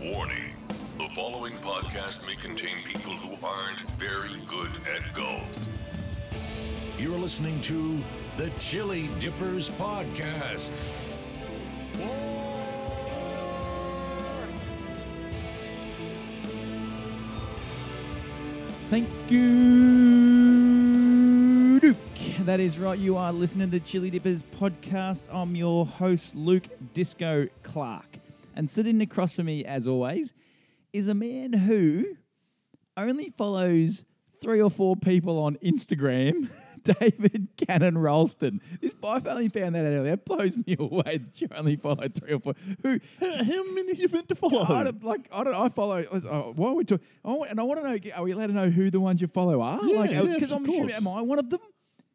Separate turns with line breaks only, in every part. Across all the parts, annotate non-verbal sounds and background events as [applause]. Warning the following podcast may contain people who aren't very good at golf. You're listening to the Chili Dippers Podcast.
Thank you, Luke. That is right. You are listening to the Chili Dippers podcast. I'm your host, Luke Disco Clark. And sitting across from me, as always, is a man who only follows three or four people on Instagram, [laughs] David Cannon Ralston. This, I only found that out earlier. That blows me away that you only follow three or four. Who
How many you meant to follow?
I don't, like I don't. I follow. Oh, why are we talking? I want, and I want to know. Are we allowed to know who the ones you follow are?
Yeah,
like
yes,
because
of
I'm assuming,
course.
am I one of them?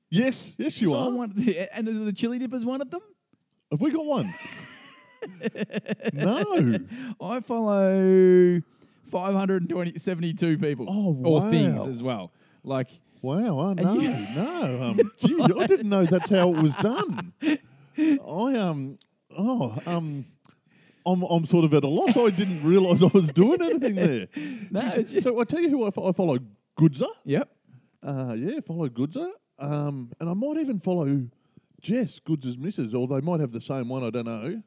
yes, yes, you
So
are.
I'm one of the- and is the Chili Dippers one of them?
Have we got one? no.
I follow 572 people.
Oh,
Or things
wow.
as well. Like
Wow. I know.
you-
no. Um, gee, I didn't know that's how it was done. I um. Oh um. I'm, I'm sort of at a loss. I didn't realise I was doing anything there.
[laughs] No,
Geez,
it's just-
so I tell you who I follow. I follow Goodzer.
yep.
Uh, yeah, follow Goodzer. Um, and I might even follow Jess, Goodzer's missus, or they might have the same one, I don't know.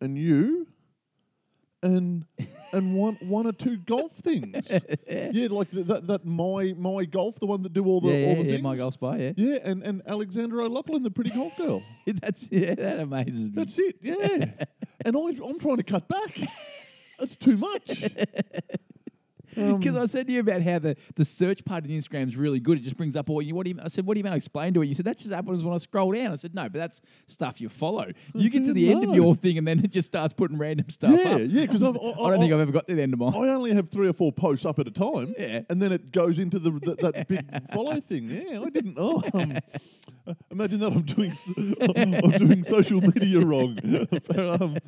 And you and and one one or two
[laughs]
golf things. yeah, like th- that that my my golf, the one that do all the
yeah, yeah,
all the
yeah,
things.
my golf spy. Yeah, [laughs]
Yeah, and, and Alexandra O'Loughlin, the pretty golf girl.
that's yeah, that amazes me.
That's it, yeah.
[laughs]
and I, I'm trying to cut back. That's too much. Um,
Because I said to you about how the, the search part of Instagram is really good. It just brings up all you. What do you? I said, what do you mean? I explained to it. You said that just happens when I scroll down. I said no, but that's stuff you follow. You get to the end of
No.
your thing, and then it just starts putting random stuff
Mm-hmm. Yeah,
up.
yeah, 'cause I've- I-
I don't think I've ever got to the end of mine.
I only have three or four posts up at a time,
Yeah.
and then it goes into the, th-
[laughs]
that big follow thing. Yeah, I didn't. Oh, um, uh, imagine that I'm doing s- I'm doing social media wrong, [laughs] But, um,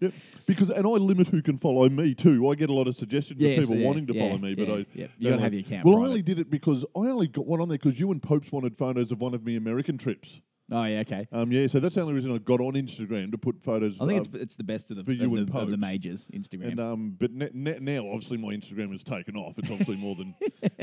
yeah, because and I limit who can follow me too. I get a lot of suggestions
Yes,
of people
yeah,
wanting to
yeah,
follow me, but
yeah,
I
yep. You
don't
gotta have
like-
your account
Well, I
private.
only did it because I only got one on there because you and Popes wanted photos of one of me American trips.
[laughs] Oh yeah, okay.
Um, yeah, so that's the only reason I got on Instagram to put photos.
I think
of-
it's it's the best of the,
for
of
you and
the, of the
Pokes.
majors Instagram.
and um, but net, net now, obviously, my Instagram has taken off. It's obviously
[laughs]
more than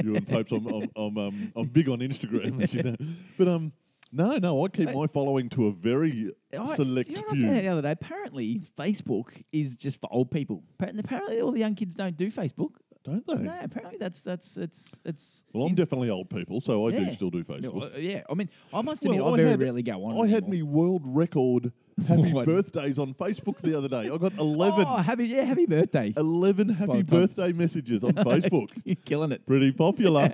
you and Popes. I'm I'm I'm, um, I'm big on Instagram, as
[laughs]
you know. But um, no, no, I keep my following to a very
I-
select
you know what I found out the
few.
other day, apparently Facebook is just for old people. Appar- Apparently, all the young kids don't do Facebook.
Don't they?
No, apparently that's that's it's it's.
Well, I'm definitely old people, so I
Yeah.
do still do
Yeah,
Facebook.
well, yeah, I mean, I must
Well,
admit, I
I
very
had-
rarely go on.
I had
anymore.
me world record
[laughs]
happy
What?
birthdays on Facebook the other day. I got 11,
Oh, happy yeah, happy birthday!
11 happy
the time-
birthday
[laughs]
messages on Facebook.
You're killing it. [laughs]
Pretty popular.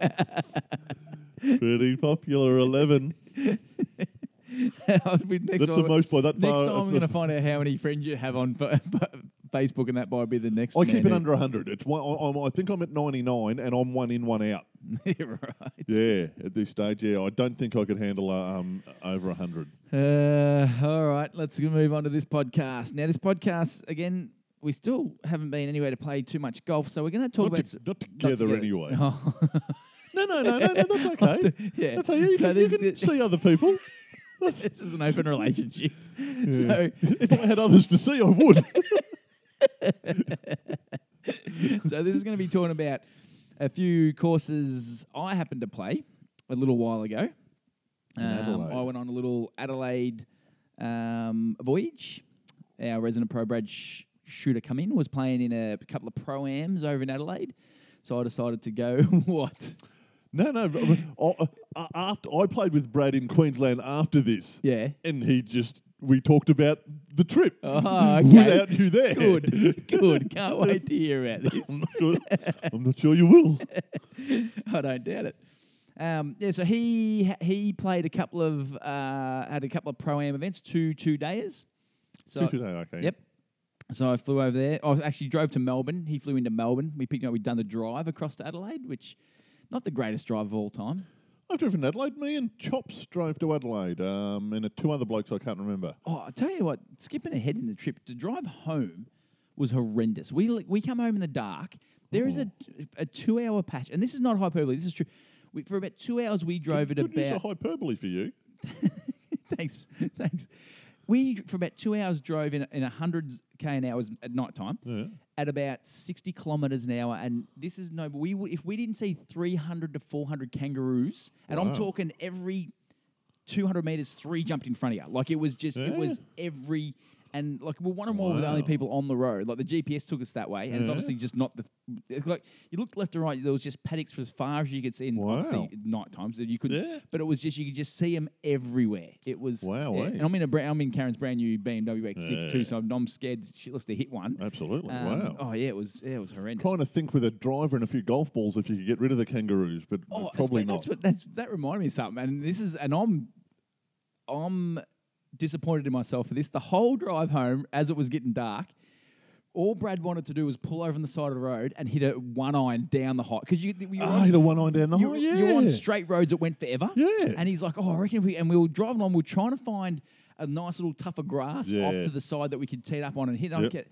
Pretty popular 11.
I'll be- next
That's the
time,
most by that
next
far.
time I'm going to find out how many friends you have on [laughs] fa- Facebook, and that might be the next.
I keep
man
it
who-
under 100. It's one, I, I'm, I think I'm at 99 and I'm one in, one out.
[laughs] Yeah, right.
Yeah, at this stage, yeah. I don't think I could handle uh, um, over 100.
Uh, all right, let's move on to this podcast. Now, this podcast again, we still haven't been anywhere to play too much golf, so we're going to talk
Not,
about.
to- not together
together.
anyway.
Oh,
No, no, no, no, no,
[laughs]
that's okay.
yeah.
That's okay. You
So
can, you
this-
can see other people.
[laughs] this is an open
[laughs]
relationship. So,
If I had others to see,
[laughs]
I would.
[laughs] so this is going to be talking about a few courses I happened to play a little while ago. Um,
Adelaide.
I went on a little Adelaide um, voyage. Our resident pro Brad Sh- shooter come in was playing in a couple of pro ams over in Adelaide, so I decided to go. [laughs] what?
No, no. but- but I, I- after I played with Brad in Queensland after this, [laughs]
Yeah.
and he just we talked about the trip
Oh, okay.
without you there. [laughs]
Good, good. Can't wait to hear about
I'm
this.
not sure, I'm not sure
[laughs]
you will.
I don't doubt it. Um, yeah, so he he played a couple of uh, had a couple of pro am events, two two days. So
Two today, okay.
Yep. So I flew over there. I was- actually drove to Melbourne. He flew into Melbourne. We picked up. We'd done the drive across to Adelaide, which not the greatest drive of all time.
I've driven to Adelaide. Me and Chops drove to Adelaide, um, and uh, two other blokes I can't remember.
Oh, I tell you what, skipping ahead in the trip to drive home was horrendous. We li- we come home in the dark. There is a a two hour patch, and this is not hyperbole. This is true. We, for about two hours, we drove at
Good use
about [laughs]
of hyperbole for you.
thanks, thanks. we for about two hours drove in in hundred k an hour at night time
Yeah.
at about sixty kilometers an hour, and this is no. We would if we didn't see three hundred to four hundred kangaroos, and I'm
Wow.
talking every two hundred meters, three jumped in front of you. Like it was just it
Yeah.
was every. And like, well, one or more were the only
Wow.
people on the road. Like the GPS took us that way, and it's
Yeah.
obviously just not the. it's Like you looked left and right, there was just paddocks for as far as you could see. And
Wow.
obviously at night times that you could,
Yeah.
not but it was just you could just see them everywhere. It was
Wow,
yeah.
eh?
And I'm in a brand, I'm in Karen's brand new BMW X6 too,
Yeah.
so I'm, I'm scared shitless to hit one.
Absolutely.
Um,
wow.
Oh yeah, it was yeah, it was horrendous.
Trying to think with a driver and a few golf balls if you could get rid of the kangaroos, but
oh, that's-
probably
that's,
not.
what- That's, that reminded me of something, and this is and I'm I'm disappointed in myself for this. The whole drive home, as it was getting dark. All Brad wanted to do was pull over on the side of the road and hit a one iron down the hot because you, you
Ah, hit a one iron down the
you,
hole.
you
Yeah.
were on straight roads that went forever.
Yeah.
And he's like, oh, I reckon if we, and we were driving on, we were trying to find a nice little tougher grass off
Yeah.
to the side that we could teed up on and hit. And, I
Yep.
get-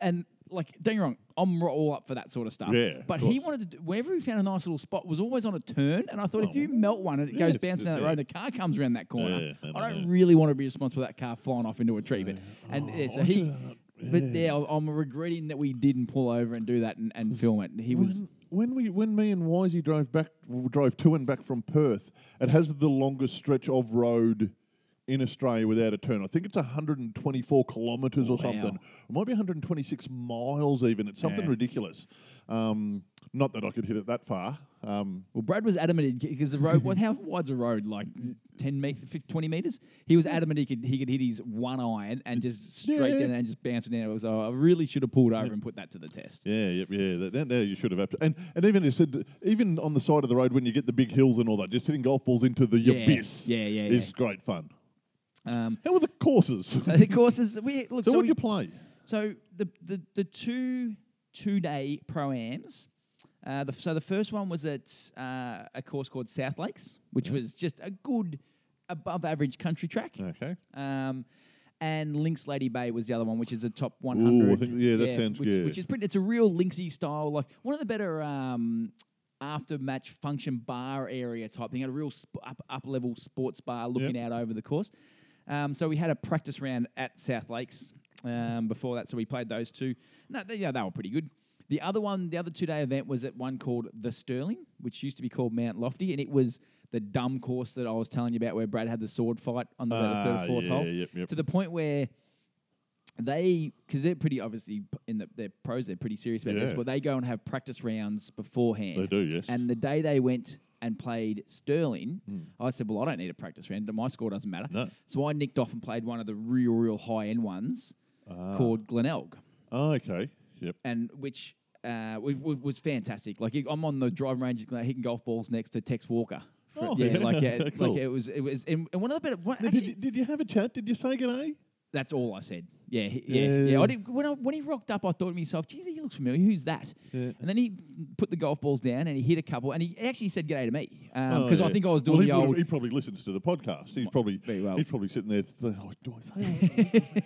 and like, don't get me wrong, I'm ro- all up for that sort of stuff.
Yeah, of
But he
course.
wanted to, do, whenever he found a nice little spot, was always on a turn. And I thought, if
Oh.
you melt one and it goes
Yeah,
bouncing
yeah.
down that road and the car comes around that corner,
Yeah,
I
I
don't
know.
really want to be responsible for that car flying off into a tree. But, and yeah, so
I
he,
should have-
but
yeah.
yeah, I'm regretting that we didn't pull over and do that and, and film it. He was.
When, when we when me and Wisey drove back drove to and back from Perth, it has the longest stretch of road in Australia without a turn. I think it's 124 kilometres or
Wow.
something. It might be 126 miles even. It's something
Yeah.
ridiculous. Um, not that I could hit it that far. Um,
Well, Brad was adamant because the road.
[laughs]
What? How wide's a road? Like ten meter, 20 meters. He was adamant he could he could hit his one iron and just straight
[laughs] Yeah.
down and just bounce it down. It was. Oh, I really should have pulled over and put that to the test. [laughs]
Yeah, yep, yeah. That, that, there you should have. abso- And and even you said, even on the side of the road when you get the big hills and all that, just hitting golf balls into the
Yeah,
abyss.
yeah, yeah,
Is
yeah.
great fun.
Um,
How were the courses? [laughs] so,
so the courses. We look. So,
what
we-
would you play?
so the the the two two day proams. Uh, the, so the first one was at uh, a course called South Lakes, which was just a good above average country track.
Okay.
Um, and Lynx Lady Bay was the other one, which is a top
I
100.
think- yeah, that sounds
which,
good.
Which is pretty. It's a real Linksy style, like one of the better um, after match function bar area type thing. Had a real sp- up up level sports bar looking out over the course. Um, so we had a practice round at South Lakes um, before that. So we played those two. No, they, yeah, they were pretty good. The other one, the other two day event was at one called the Sterling, which used to be called Mount Lofty, and it was the dumb course that I was telling you about, where Brad had the sword fight on the, the third
Ah,
or fourth
yeah,
hole,
yep, yep.
to the point where they because they're pretty obviously p- in the, their pros they're pretty serious about this
Yeah.
but they go and have practice rounds beforehand
They do, yes. Hmm.
and the day they went and played sterling i said well i don't need a practice round my score doesn't matter
No.
so i nicked off and played one of the real real high end ones
Ah.
called glenelg
Oh, okay. Yep.
and which uh, w- w- was fantastic. Like I'm on the driving range like, hitting golf balls next to Tex Walker. For-
Oh,
yeah,
yeah. [laughs]
like yeah,
Cool.
like it was it was and, and one of the better. One,
Now,
actually,
did, you, did you have a chat? Did you say good day?
that's all I said. Yeah, he- yeah, yeah.
Yeah.
I did, when, I, when he rocked up, I thought to myself, "Geez, he looks familiar. Who's that?"
Yeah.
And then he put the golf balls down and he hit a couple, and he actually said "G'day" to me because
Oh,
Um, I
yeah.
think I was
Well,
doing
he
the
would've-
old.
He probably listens to the podcast. He's probably
Very well.
he's probably sitting there saying, "Oh, do I say?"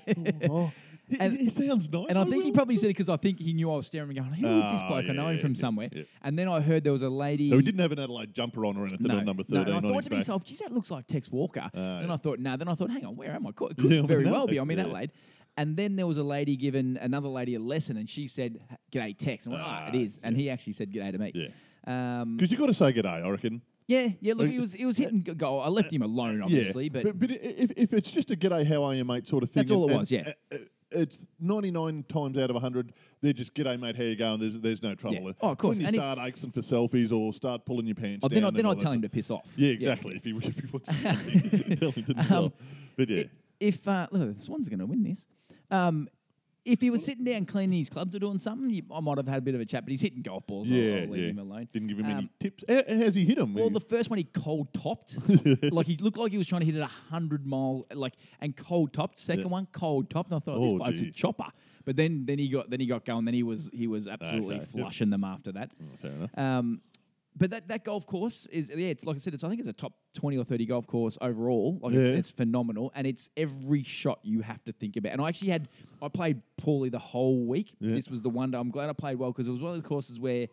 that? oh, oh. He,
And-
he sounds nice.
And I
[laughs]
think he
will."
probably said it because I think he knew I was staring and going, "Who is this
Ah,
bloke? I
yeah,
know him
yeah,
from
yeah,
somewhere."
yeah.
And then I heard there was a lady.
So he didn't have an Adelaide jumper on or anything
no,
on number
no, and
thirteen.
I
on
thought
his
to
back.
myself, geez, that looks like Tex Walker.
Ah,
and
yeah.
I thought, no. Then I thought, hang on, where am I? Co- It could
Yeah, I'm
very
in
well be. I'm in
Adelaide, yeah.
Adelaide. And then there was a lady giving another lady a lesson, and she said, "G'day, Tex." And I went, "Ah, it
Ah,
is." And he actually said, "G'day" to me.
Yeah.
Um,
because you got to say good day. I reckon.
Yeah, yeah. Look,
Like,
he was he was hitting g- goal. I left him alone, obviously,
yeah.
but,
but, i- if, if it's just a g'day, how are you, mate, sort of thing.
That's all it was, yeah.
uh, uh, It's 99 times out of 100, they're just g'day, mate, how you going? There's, there's no trouble.
Yeah. Oh, of course,
When you
and it-
start axing for selfies or start pulling your pants
oh,
down.
then I
and
then
all
I'd
that
tell him
sort-
to piss off.
Yeah, exactly. If, he, [laughs] if he
[laughs]
wants to tell him to piss
Um,
off. But yeah.
I- If uh, look, the Swans are going to win this. Um, if he was sitting down cleaning his clubs or doing something, you, I might have had a bit of a chat. But he's hitting golf balls. I'll- I'll,
yeah,
leave
yeah.
him alone.
Didn't give him any
Um,
tips. How, how's he hit him?
Well, the first one he cold
[laughs]
topped, like he looked like he was trying to hit it a hundred mile, like and cold topped. Second
Yeah.
one cold topped, and I thought oh, this
Oh,
bloke's a
gee.
chopper. But then then he got then he got going. Then he was he was absolutely
Okay, yep.
flushing them after that.
Oh, fair enough.
Um, but that, that golf course is yeah, it's like I said, it's I think it's a top twenty or thirty golf course overall. Like
Yeah.
it's, it's phenomenal, and it's every shot you have to think about. And I actually had I played poorly the whole week.
Yeah.
This was the one day I'm glad I played well because it was one of the courses where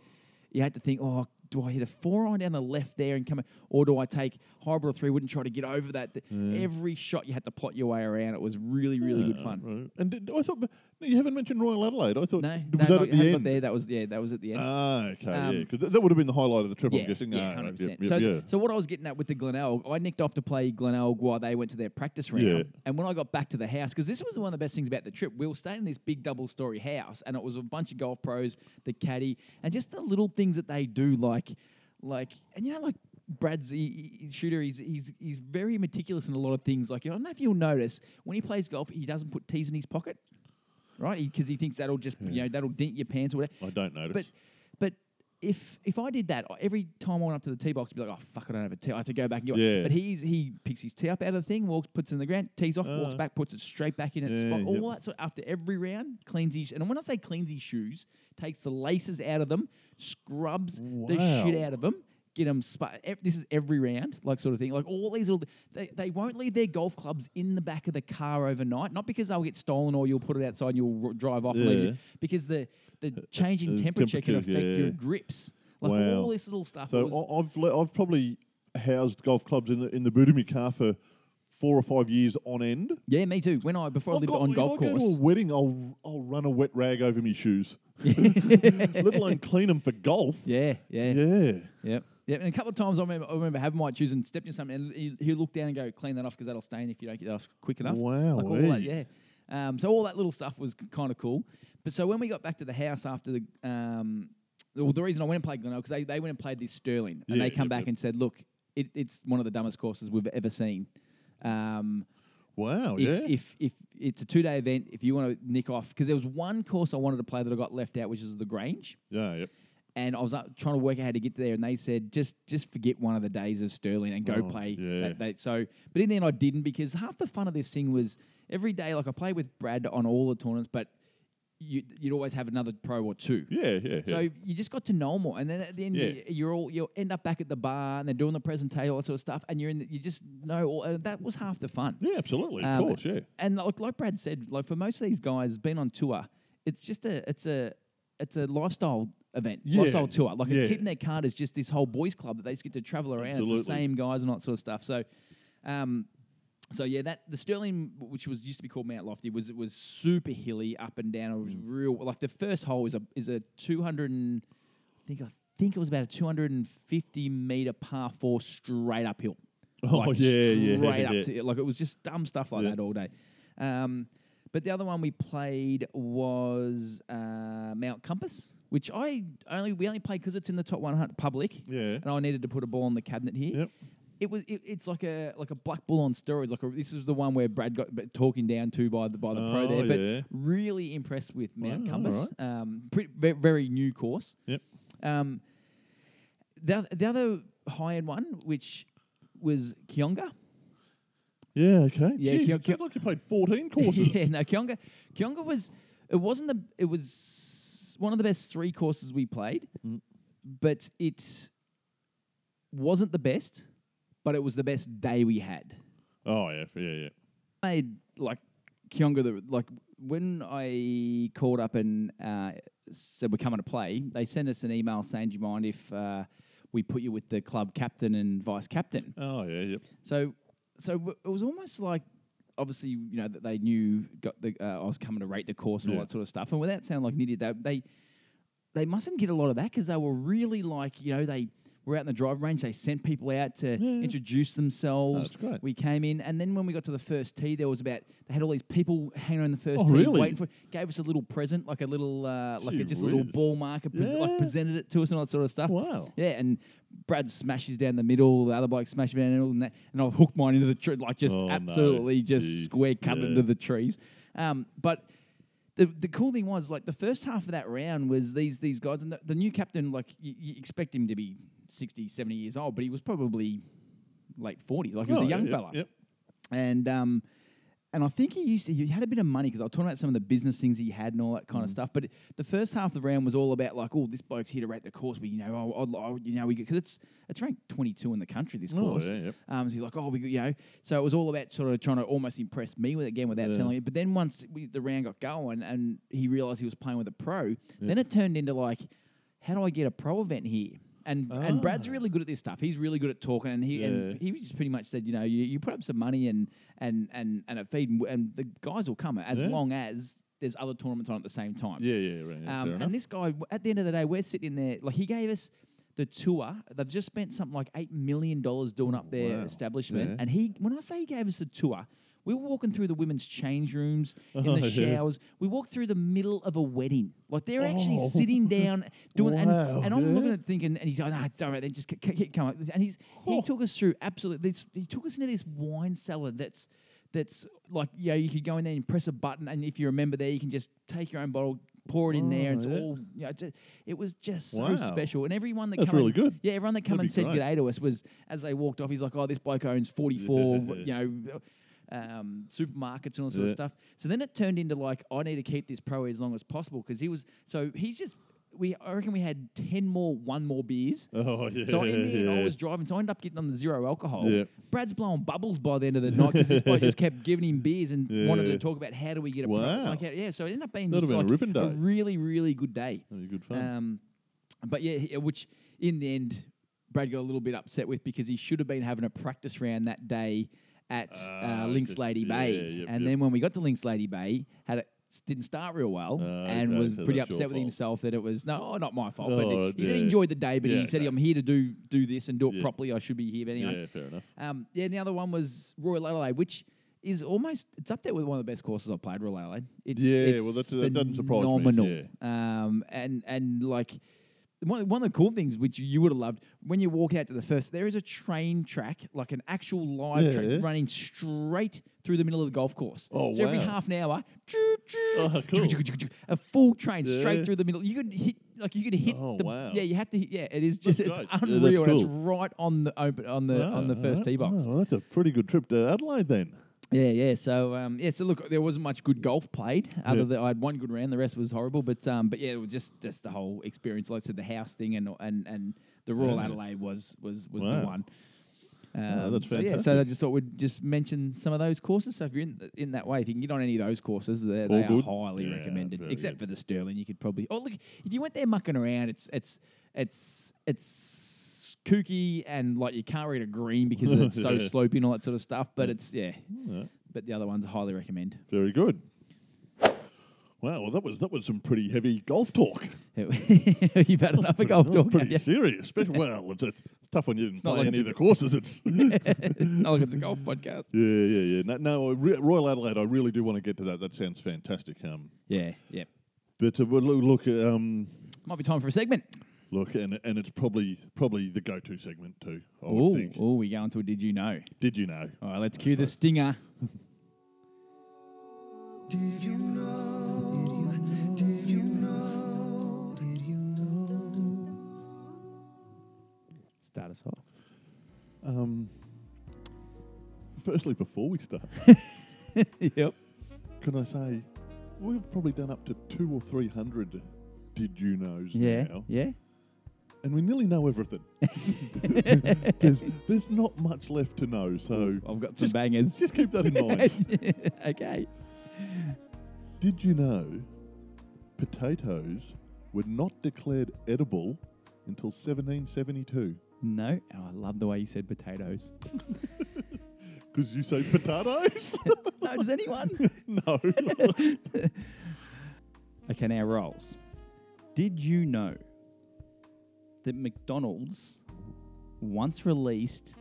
you had to think, oh, do I hit a four iron down the left there and come, or do I take hybrid three wood and try to get over that? Th- Every shot you had to plot your way around. It was really, really good fun.
Uh, Right. And did, I thought you haven't mentioned Royal Adelaide. I thought
No,
was
no,
that
not,
at
haven't
the
got
end?
there. That was yeah, that was at the end.
Ah, okay, yeah.
Um,
'Cause th- that would have been the highlight of the trip. I'm guessing.
Yeah,
Ah,
hundred percent.
yep, yep,
so,
yeah.
so what I was getting at with the Glenelg, I nicked off to play Glenelg while they went to their practice round.
Yeah.
And when I got back to the house, because this was one of the best things about the trip, we were staying in this big double-story house, and it was a bunch of golf pros, the caddy, and just the little things that they do, like, like, and you know, like. Brad's he, he- shooter. He's, he's he's very meticulous in a lot of things. Like I don't know if you'll notice when he plays golf, he doesn't put tees in his pocket, right? Because he, thinks that'll just you know that'll dent your pants or whatever.
I don't notice.
But but if if I did that I- every time I went up to the tee box, I'd be like, oh fuck, I don't have a tee. I have to go back and get one.
Yeah.
But he's he picks his tee up out of the thing, walks, puts it in the ground, tees off, walks
Ah.
back, puts it straight back in its
Yeah,
spot. All
yep.
that sort. After every round, cleans his. And when I say cleans his shoes, takes the laces out of them, scrubs the shit
Wow.
out of them. Get them. Spa- ev- this is every round, like sort of thing. Like all these little, they, they won't leave their golf clubs in the back of the car overnight. Not because they'll get stolen or you'll put it outside and you'll r- drive off. and leave
Yeah.
it, because the the change in
uh,
temperature can
temperatures,
affect your
yeah.
grips. Like
Wow.
all this little stuff.
So
it was-
I- I've le- I've probably housed golf clubs in the in the boot of my car for four or five years on end.
yeah, me too. When I before I
I've
lived
got-
on
if
golf
I go to a
course.
wedding, I'll I'll run a wet rag over
[laughs]
my shoes, let alone clean them for golf.
Yeah, yeah, yeah,
yeah.
yep. Yep. And a couple of times I remember, I remember having my shoes and stepped in something, and he, he looked down and go, "Clean that off because that'll stain if you don't get that off quick enough." Like all that,
Wowee.
yeah. Um, so all that little stuff was kind of cool. But so when we got back to the house after the, um, well, the reason I went and played Glenelg because they, they went and played this Sterling, and
Yeah,
they come
yep,
back
yep.
and said, "Look, it, it's one of the dumbest courses we've ever seen." Um,
Wow.
if,
yeah.
if if it's a two day event, if you want to nick off, because there was one course I wanted to play that I got left out, which is the Grange,
yeah. Yep.
and I was uh, trying to work out how to get there, and they said just just forget one of the days of Sterling and go
Oh,
play.
yeah.
That, that. So, but in the end, I didn't because half the fun of this thing was every day. Like I played with Brad on all the tournaments, but you, you'd always have another pro or two.
Yeah. Yeah. yeah.
So you just got to know more, and then at the end,
Yeah.
you, you're all you'll end up back at the bar and they're doing the presentation, all that sort of stuff, and you're in. The, you just know all, and that was half the fun.
yeah. Absolutely. Of
Um,
course. Yeah.
And like, like Brad said, like for most of these guys, being on tour, it's just a it's a it's a lifestyle event,
Yeah,
lifestyle tour. Like
yeah.
it's keeping their card is just this whole boys club that they just get to travel around. It's the
Absolutely.
same guys and all that sort of stuff. So, um, so yeah, that the Sterling, which was used to be called Mount Lofty, was it was super hilly up and down. It was
Mm.
real. Like the first hole is a is a two hundred and I think I think it was about a two hundred and fifty meter par four straight uphill.
[laughs] Oh, yeah, yeah,
straight up
yeah.
to [laughs] like it was just dumb stuff like
Yeah.
that all day. Um, but the other one we played was uh, Mount Compass, which I only we only played because it's in the top 100 public.
Yeah.
and I needed to put a ball in the cabinet here.
Yep.
It was it, it's like a like a black bull on steroids. Like a, this is the one where Brad got b- talking down to by the by the pro
Oh,
there, but
yeah. Oh,
really impressed with Mount
Wow,
Compass.
alright.
Um, pretty, very, very new course.
Yep.
Um, the, oth- the other high end one, which was Kyonga.
Yeah. Okay.
Yeah,
Jeez,
Kyo-
it
Kyo-
sounds like you played fourteen courses.
[laughs] yeah, no, Kyonga. Kyonga was it wasn't the it was one of the best three courses we played, but it wasn't the best, but it was the best day we had.
Oh yeah. Yeah. Yeah.
made like Kyonga the like when I called up and uh, said we're coming to play, they sent us an email saying, "Do you mind if uh, we put you with the club captain and vice captain?"
Oh yeah. Yep.
So, so w- it was almost like obviously you know that they knew got the uh, I was coming to rate the course and all
Yeah.
that sort of stuff. And without sounding like an idiot, they they, they mustn't get a lot of that because they were really like you know they were out in the driving range. They sent people out to
Yeah.
introduce themselves.
That's great.
We came in, and then when we got to the first tee, there was about they had all these people hanging on the first
Oh,
tee,
really?
waiting for. Gave us a little present, like a little uh, like a,
Gee
just a little
whiz.
ball marker, pres- like
Yeah.
presented it to us and all that sort of stuff.
Wow.
Yeah, and Brad smashes down the middle, the other bloke smashes down the middle, and, that, and I've hooked mine into the tree, like just
Oh, no.
absolutely just
Gee,
square cut
yeah.
into the trees. Um, but the the cool thing was like the first half of that round was these these guys and the, the new captain like you, you expect him to be 60, 70 years old, but he was probably late forties, like he was
Oh,
a
yeah,
young
yep,
fella
Yep.
and um, and I think he used to, he had a bit of money because I was talking about some of the business things he had and all that
Mm.
kind of stuff. But the first half of the round was all about like, oh, this bloke's here to rate the course. We, you know, oh, I'd, I, you know, because it's it's ranked 22 in the country this
Oh,
course.
yeah, yep.
Um, so he's like, oh, we, you know, so it was all about sort of trying to almost impress me with it again without
Yeah.
selling it. But then once we, the round got going and he realized he was playing with a pro, then it turned into like, how do I get a pro event here? And and Brad's really good at this stuff. He's really good at talking, and he
Ah. Yeah.
and he just pretty much said, you know, you, you put up some money and and and and a feed, and, w- and the guys will come as
Yeah.
long as there's other tournaments on at the same time.
Yeah, yeah, right. Yeah, fair
Um,
enough.
and this guy, w- at the end of the day, we're sitting there. Like he gave us the tour. They've just spent something like eight million dollars doing up their
Wow.
establishment.
Yeah.
And he, when I say he gave us the tour, we were walking through the women's change rooms in the
[laughs] Oh, yeah.
showers. We walked through the middle of a wedding. Like they're actually
Oh.
sitting down doing.
[laughs] Wow,
and, and I'm
yeah.
looking at thinking, and he's like, "No, it's all right. Then just c- c- c- come up." And he's he
Oh.
took us through absolutely. This, he took us into this wine cellar that's. That's like, yeah, you could go in there and press a button, and if you remember there, you can just take your own bottle, pour it in there, and it's
Oh, yeah.
all you know, ju- it was just so
Wow.
special. And everyone that
That's
come
really
and-
good.
Yeah, everyone that come and
That'd be
said
great.
good day to us was as they walked off. He's like, "Oh, this bloke owns
[laughs]
forty-four, w- you know, um, supermarkets and all sort of
Yeah.
stuff." So then it turned into like, "I need to keep this pro as long as possible" because he was. So he's just. We I reckon we had ten more, one more beers.
[laughs] Oh, yeah.
So in the end, I
yeah. [laughs]
was driving, so I ended up getting on the zero alcohol.
Yeah.
Brad's blowing bubbles by the end of the night because this bloke just kept giving him beers and wanted to
Yeah.
talk about how do we get a pro-
Wow.
like how- yeah. So it ended up being
That'd
just
have been a
like
ripping
a
day.
really really good day.
That'd be good fun.
Um, but yeah, he- which in the end, Brad got a little bit upset with because he should have been having a practice round that day at uh,
Ah,
Lynx
just-
Lady
yeah,
Bay,
yep,
and
yep.
then when we got to Lynx Lady Bay, had it s- didn't start real well
Ah,
and
okay,
was
so
pretty
that's your
upset with
fault.
himself that it was no, not my fault. but
Oh,
he said he
yeah.
enjoyed the day, but he
Yeah,
said
no.
I'm here to do do this and do it
Yeah.
properly. I should be here but anyway.
yeah, fair enough.
Um, yeah, and the other one was Royal Adelaide, which is almost it's up there with one of the best courses I've played. Royal Adelaide. It's,
Yeah,
it's
well, that's- that doesn't surprise me,
phenomenal.
yeah.
Um, and and like one one of the cool things which you would have loved when you walk out to the first, there is a train track, like an actual live
Yeah.
train running straight through the middle of the golf course.
Oh,
so every
wow.
half an hour, choo, choo,
Oh,
choo,
cool.
choo, choo, choo, a full train
Yeah.
straight through the middle. You could hit like you could hit
Oh,
the
wow.
yeah. You have to hit, yeah. It is just
That's
it's
great. Yeah, that's
unreal. and It's
cool.
right on the open on the on the
Ah,
first
ah,
tee box.
ah, well, that's a pretty good trip to Adelaide then.
Yeah, yeah. So um, yeah, so look, there wasn't much good golf played. Other
Yeah.
than I had one good round, the rest was horrible. But um, but yeah, it was just just the whole experience. Like I said, the house thing and and and the Royal
Yeah.
Adelaide was was was the
Wow.
one. Um,
that's
so yeah, so I
fantastic.
just thought we'd just mention some of those courses. So if you're in, th- in that way, if you can get on any of those courses, they're, they
All
are
good?
highly
Yeah,
recommended.
very
Except
good.
for the Sterling, you could probably. Oh look, if you went there mucking around, it's it's it's it's kooky and like you can't read a green because it's so
[laughs] Yeah.
sloping all that sort of stuff. But it's yeah,
Yeah,
but the other ones I highly recommend. [laughs]
very good. Wow, well, that was that was some pretty heavy golf talk.
You've had enough of [laughs]
[laughs]
golf
That was
talk.
pretty
Yeah. [laughs]
serious. Especially, well, it's, it's tough when you didn't
not
play
like
any
it's
of the courses. It's [laughs] yeah,
Not like Oh, it's a golf podcast.
yeah, yeah. No, no Re- Royal Adelaide. I really do want to get to that. That sounds fantastic. Um,
Yeah, yeah.
but uh, well, look, look, um,
Might be time for a segment.
look, and and it's probably probably the go-to segment too. I would
Oh,
think.
oh, we go into a did you know?
Did you know?
All right, let's cue the stinger. Start us off. [laughs]
Um, firstly, before we start,
yep.
can I say we've probably done up to two or three hundred did you knows
Yeah.
now,
Yeah.
and we nearly
[laughs]
know everything. [laughs] there's, there's not much left to know, so
I've got some
Just-
bangers. [laughs]
just keep that in mind.
okay.
did you know potatoes were not declared edible until 1772?
No, oh, I love the way you said potatoes. [laughs]
Because you say potatoes? [laughs]
No, does anyone?
no.
Okay, now rolls. Did you know that McDonald's once released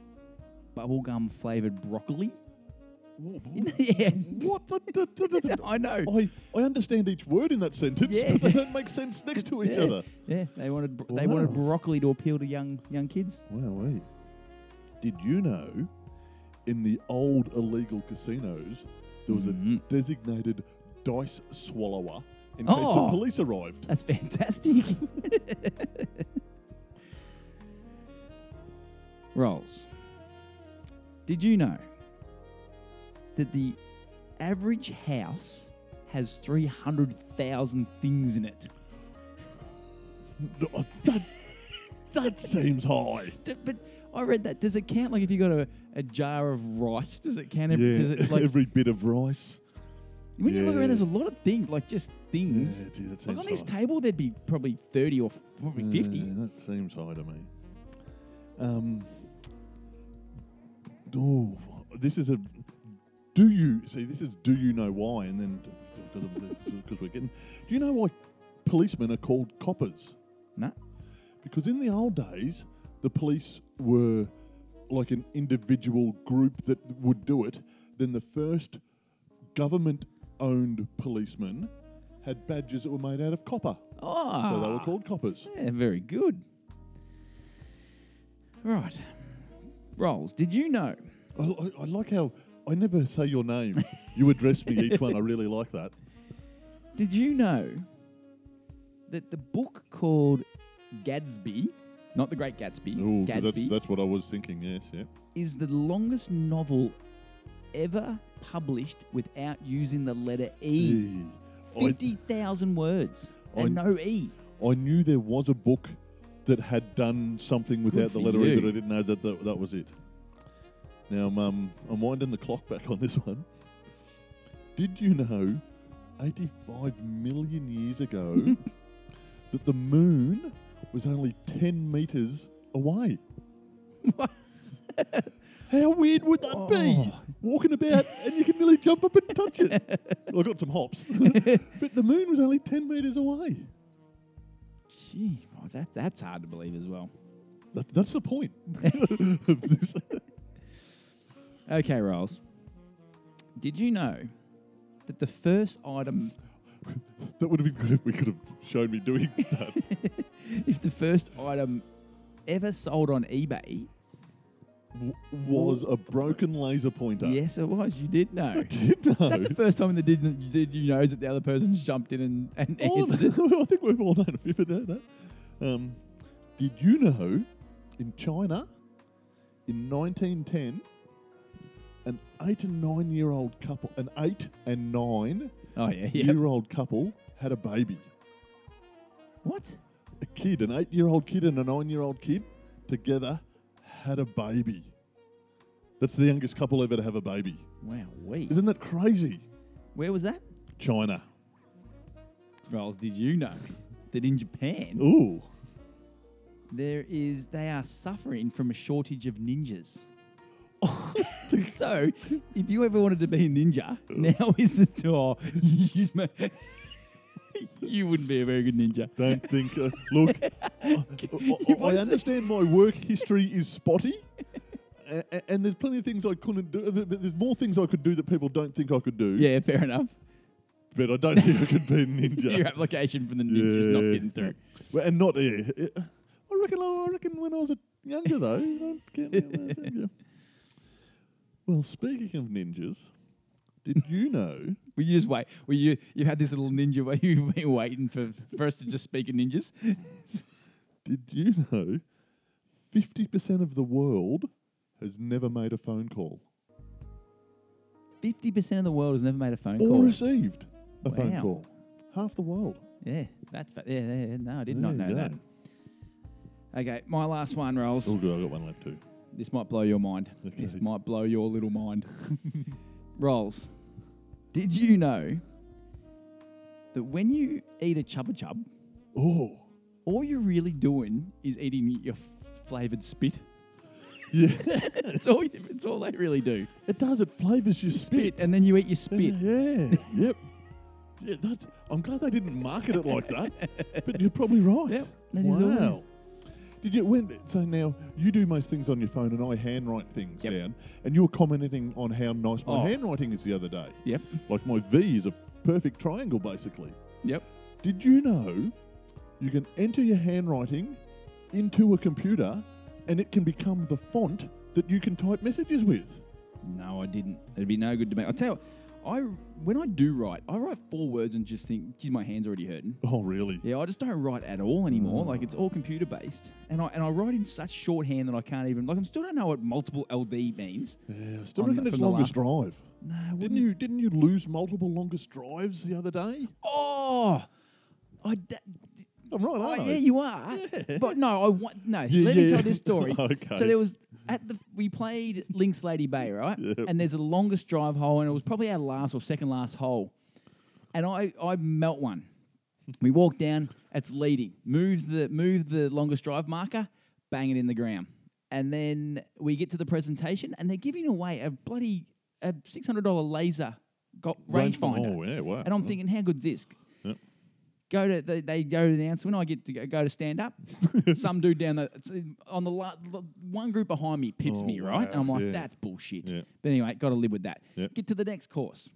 bubblegum flavored broccoli? [laughs]
[laughs]
yeah.
what? That, that, that doesn't-
[laughs] I know.
I, I understand each word in that sentence,
Yeah.
but they don't make sense next to each
yeah.
other.
Yeah, they wanted bro- they wanted
Wow.
broccoli to appeal to young young kids.
Wowee. Did you know in the old illegal casinos there was
Mhm.
a designated dice swallower in case
Oh.
the police arrived?
That's
[laughs]
fantastic. Rolls. Did you know that the average house has 300,000 things in it?
No, oh, that, that seems high.
D- But I read that. Does it count like if you got a, a jar of rice? Does it count? Every,
[laughs] yeah,
Does it like
every bit of rice.
When you look
Yeah.
around, there's a lot of things, like just
Yeah,
things.
gee, that
like
seems
on this
high.
table, there'd be probably 30 or f- probably 50.
Yeah, that seems high to me. Um, oh, this is a. Do you see? This is do you know why? And then because of the, because we're getting. Do you know why policemen are called coppers?
No.
Because in the old days, the police were like an individual group that would do it. Then the first government owned policemen had badges that were made out of copper.
Oh.
So they were called coppers.
Yeah, very good. Right. Rolls, did you know?
I, I, I like how I never say your name. You address me each one. I really like that.
Did you know that the book called Gadsby, not The Great Gatsby,
Ooh, 'cause
Gadsby,
that's, that's what I was thinking. Yes, yeah.
is the longest novel ever published without using the letter E?
Eee. I,
50,000 words
I-
and no E.
I knew there was a book that had done something without
for
the letter E,
you.
but I didn't know that that, that was it. Now, I'm, um, I'm winding the clock back on this [laughs] one. Did you know 85 million
[laughs]
years ago that the moon was only 10 metres away?
[laughs]
How weird would that be?
Oh.
Walking about and you can nearly jump up and
[laughs]
touch it. Well, I got some hops. but the moon was only 10 metres away.
Gee, well, that, that's hard to believe as well.
That, that's the point [laughs] of this.
Okay, Rolls. Did you know that the first item [laughs]
That would have been good if we could have shown me doing that.
if the first item ever sold on eBay,
W- was a broken laser pointer. [laughs]
yes, it was. You did know.
I did know.
Is that the first time that did, did you know that the other person's jumped in and, and
All
answered it?
Oh, [laughs] I think we've all known if it that. Um, did you know in China in 1910 an eight and nine year old couple, an eight and nine
Oh yeah, yeah.
year old couple had a baby,
What?
a kid, an eight year old kid and a nine year old kid together had a baby. That's the youngest couple ever to have a baby.
Wow, we.
Isn't that crazy?
Where was that?
China.
Rolls, did you know that in Japan
Ooh.
there is they are suffering from a shortage of ninjas.
Oh.
[laughs] so, if you ever wanted to be a
Uh.
ninja, now [laughs] is the time. You ma- you wouldn't be a very good ninja.
Don't think. Uh, look, I, I- I
was-
understand my work history is spotty, a- a- and there's plenty of things I couldn't do. But but there's more things I could do that people don't think I could do.
Yeah, fair enough.
But I don't think I could be a
[laughs]
ninja.
Your application for the ninja's not
Yeah.
getting through.
Well, and not. Yeah, yeah. I reckon. I reckon when I was a younger though. I don't get me- yeah. Well, speaking of ninjas, did you [laughs] know?
Well, you just wait. Well, you you had this little ninja where you've been waiting for, for us to just speak in ninjas.
Did you know? Fifty percent of the world has never made a phone call.
Fifty percent of the world has never made a phone
or
call.
received a phone
Wow.
call. Half the world.
Yeah, that's fa- yeah, yeah, yeah. No, I did not
There
know
you
that.
go.
Okay, my last one, Rolls.
Oh, good. I got one left too.
This might blow your mind.
Okay.
This might blow your little mind. Rolls, did you know that when you eat a chubba chub,
Oh,
all you're really doing is eating your flavored spit?
yeah. [laughs]
That's all. you- It's all they really do.
it does. It flavours your spit.
and then you eat your
[laughs]
spit. [laughs]
Yeah. yep. Yeah. That. I'm glad they didn't market it like that. But you're probably right.
Yep, that is all it
wow.
is.
Did you when so now you do most things on your phone and I handwrite things
Yep.
down and you were commenting on how nice my
Oh.
handwriting is the other day.
Yep.
Like my V is a perfect triangle basically.
Yep.
Did you know you can enter your handwriting into a computer and it can become the font that you can type messages with?
No, I didn't. It'd be no good to me. I tell you, I when I do write, I write four words and just think, geez, my hand's already hurting.
Oh, really?
Yeah, I just don't write at all anymore.
Mm.
Like it's all computer based, and I and I write in such shorthand that I can't even like I still don't know what multiple LD means.
Yeah, I still
On
reckon
the-
it's
from the
longest drive.
No,
Didn't
wouldn't
you didn't you lose multiple longest drives the other day?
Oh, I. da-
I'm right,
Oh,
aren't I?
yeah, you are. But no, I want no.
[laughs] Yeah,
let me
yeah.
tell this story.
[laughs] Okay.
So there was at the we played Lynx Lady Bay, right?
[laughs] Yep.
And there's the longest drive hole, and it was probably our last or second last hole. and I, I melt one. we walk down, it's leading. Move the move the longest drive marker, bang it in the ground. And then we get to the presentation and they're giving away a bloody a six hundred dollar laser got rangefinder.
Oh, yeah, wow.
And I'm thinking, how good's this?
Yep.
Go to they, they go to the announcement. I get to go, go to stand
[laughs]
up. Some dude down the it's on the la, la- one group behind me pips
Oh,
me right, and I'm
wow.
like,
Yeah.
that's bullshit.
Yeah.
But anyway, got to live with that.
Yep.
Get to the next course.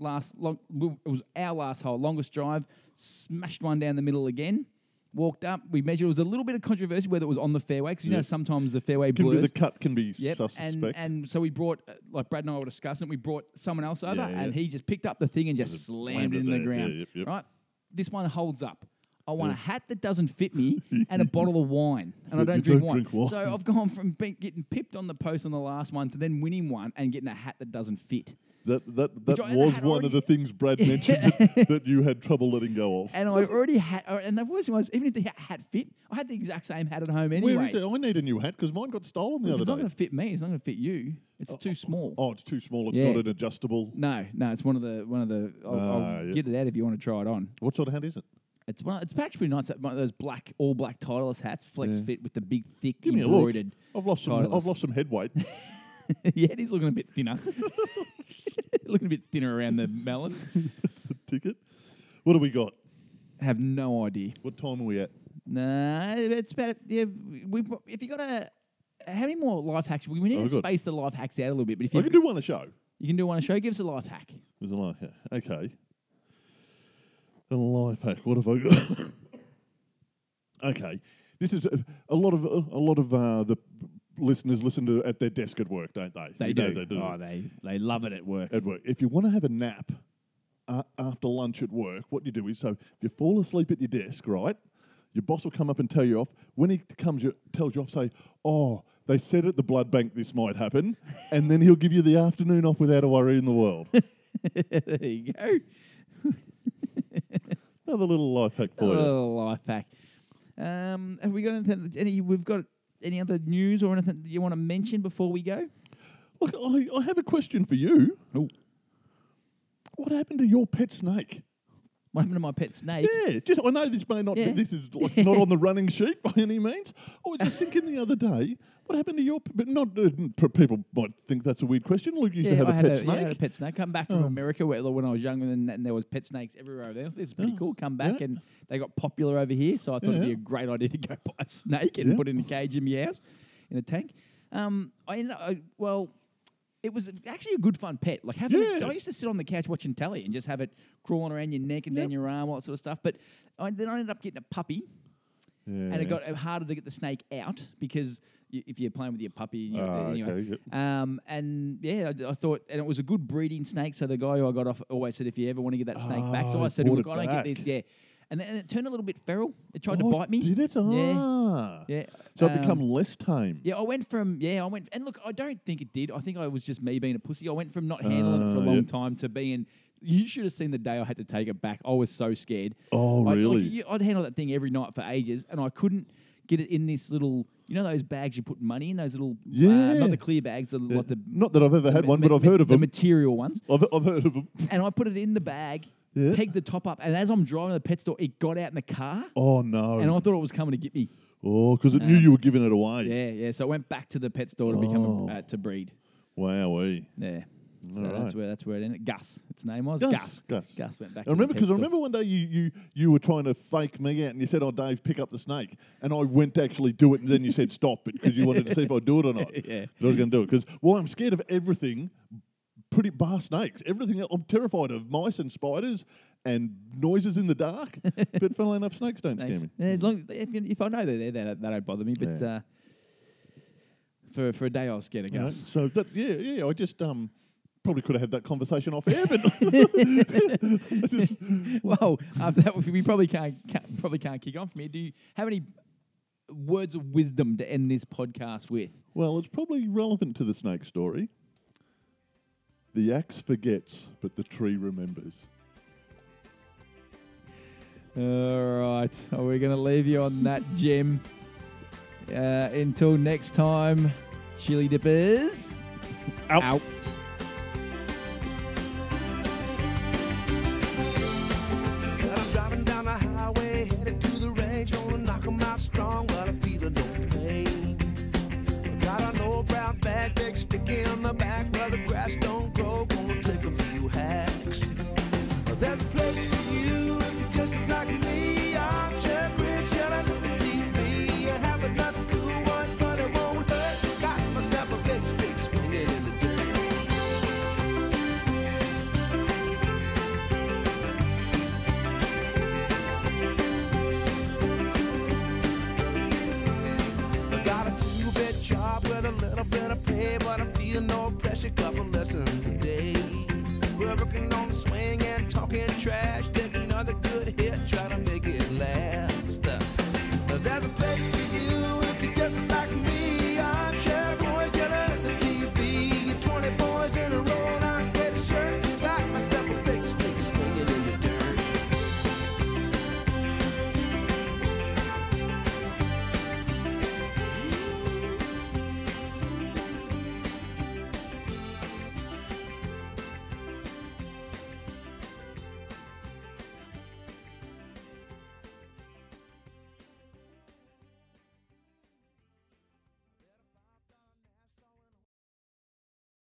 Last long, we- it was our last hole, longest drive. Smashed one down the middle again. Walked up. We measured. It was a little bit of controversy whether it was on the fairway because you know
Yeah.
sometimes the fairway
Can be-
blurs.
the cut can be
Yep.
suspect.
And and so we brought uh, like Brad and I were discussing. We brought someone else over,
Yeah, yeah.
and he just picked up the thing and just
Just
slammed
slammed
it in
it
the
there. Yeah,
ground.
yep, yep.
Right. This one holds up. I want a hat that doesn't fit
[laughs]
me and a bottle of wine, and I don't,
You don't
drink, wine.
drink wine.
So I've gone from being, getting pipped on the post on the last one to then winning one and getting a hat that doesn't fit.
that that, that
I- that
was
had
one
already-
of the things
[laughs]
Brad mentioned that, that you had trouble letting go of. [laughs]
And I already had, uh, and the worst thing was, even if the ha- hat fit, I had the exact same hat at home anyway.
Where is it? I need a new hat because mine got stolen
If
the
it's not
other
going
day.
to fit me. It's not going to fit you. It's too small.
Oh, it's too small. It's
Yeah.
not an adjustable.
No, no, it's one of the one of the. I'll,
Ah,
I'll
yeah.
get it out if you want to try it on.
What sort of hat is it?
It's one. It's actually pretty nice. that One of those black, all black Titleist hats, flex
Yeah.
fit with the big, thick
Give me a look.
embroidered.
I've lost some. I've
Titleist.
lost some head weight.
[laughs]
[laughs]
yeah, it is looking a bit thinner. [laughs] looking a bit thinner around the
[laughs]
melon.
Ticket. What do we got?
Have no idea.
What time are we at?
No, it's about yeah. We if you got a. How many more life hacks? We we need
Oh,
to
good.
space the life hacks out a little bit. But if
I
you
can do one a show.
you can do one a show, give us a life hack.
There's a life hack. Okay. A life hack. What have I got? [coughs] okay. This is a, a lot of a lot of uh, the listeners listen to at their desk at work, don't they?
They
You
do.
know They do.
Oh, they they love it at work.
at work. If you want to have a nap uh, after lunch at work, what you do is so if you fall asleep at your desk, right? Your boss will come up and tell you off. When he comes, you, tells you off, say, "Oh, they said at the blood bank this might happen," and then he'll give you the afternoon off without a worry in the world.
[laughs] there you go.
Another little life hack for you.
Oh, life hack. Um, have we got anything? Any? We've got any other news or anything that you want to mention before we go?
Look, I, I have a question for you.
Oh,
What happened to your pet snake?
what happened to my pet snake?
Yeah, just I know this may not
Yeah.
be this is like not
[laughs]
on the running sheet by any means. I was just thinking the other day, what happened to your? But not uh, p- people might think that's a weird question. Luke used to have
I
a
had yeah,
pet
I had a
snake. Oh.
pet snake. Come back from America where, like, when I was younger, and, and there was pet snakes everywhere over there. This is pretty cool. Come back,
Oh. yeah.
and they got popular over here. So I thought it'd be
Yeah.
a great idea to go [laughs] buy a snake and
Yeah.
put it in a cage in my house, in a tank. Um, I ended up, I, well, it was actually a good fun pet. Like having it, so I
Yeah.
used to sit on the couch watching telly and just have it crawling around your neck and down your arm, all that sort of stuff. But I, then I ended up getting a puppy. and it got harder to get the snake out because y- if you're playing with your puppy, you
Ah,
anyway.
okay, yep.
Um, and yeah, I d- I, thought, and it was a good breeding snake. So the guy who I got off always said, if you ever want to get that snake back, so I
Ah, he
said, look,
brought
I
it
don't get this,
back.
yeah. And then and it turned a little bit feral. It tried
Oh,
to bite me.
Did it?
Yeah,
Ah.
yeah.
So
Um,
it become less tame.
yeah, I went from yeah, I went and look, I don't think it did. I think I was just me being a pussy. I went from not handling it for a
Ah,
long
yep.
time to being. You should have seen the day I had to take it back. I was so scared.
Oh,
I'd,
really?
Like, you- I'd handle that thing every night for ages, and I couldn't get it in this little. You know those bags you put money in? Those little uh,
Yeah.
not the clear bags, the, like the
Not that I've ever had one, but I've heard of
the
them.
material ones.
I've, I've heard of them.
And I put it in the bag,
Yeah.
pegged the top up, and as I'm driving to the pet store, it got out in the car,
Oh no!
and I thought it was coming to get me.
oh, because it knew you were giving it away.
Yeah, yeah. So I went back to the pet store to become
Oh.
a, uh, to breed.
Wowee.
Yeah. So
All
that's
right.
where that's where it ended. Gus, its name was
Gus,
Gus.
Gus.
went back.
I
to the
remember
pet
because I
store.
remember one day you, you you were trying to fake me out and you said, "Oh, Dave, pick up the snake," and I went to actually do it, and then you said, "Stop," because you wanted to see if I'd do it or not.
[laughs] Yeah.
That I was going to do it because well, I'm scared of everything, pretty bar snakes, everything. else- I'm terrified of mice and spiders and noises in
[laughs]
the dark. but funnily enough, snakes don't
Thanks.
scare me.
Yeah, as long as- if, you- if I know they're there, they, don't- they don't bother me. But
Yeah.
uh, for for a day, I was scared of
you know.
[laughs] Gus.
So that yeah yeah, I just um probably could have had that conversation off air, but I just-
well, after that, we probably can't, can't probably can't kick on from here. Do you have any words of wisdom to end this podcast with?
Well, it's probably relevant to the snake story. The axe forgets, but the tree remembers.
All right, are we going to leave you on that gem? Uh, until next time, chili dippers
Out.
out.
an old pressure couple lessons. Uh,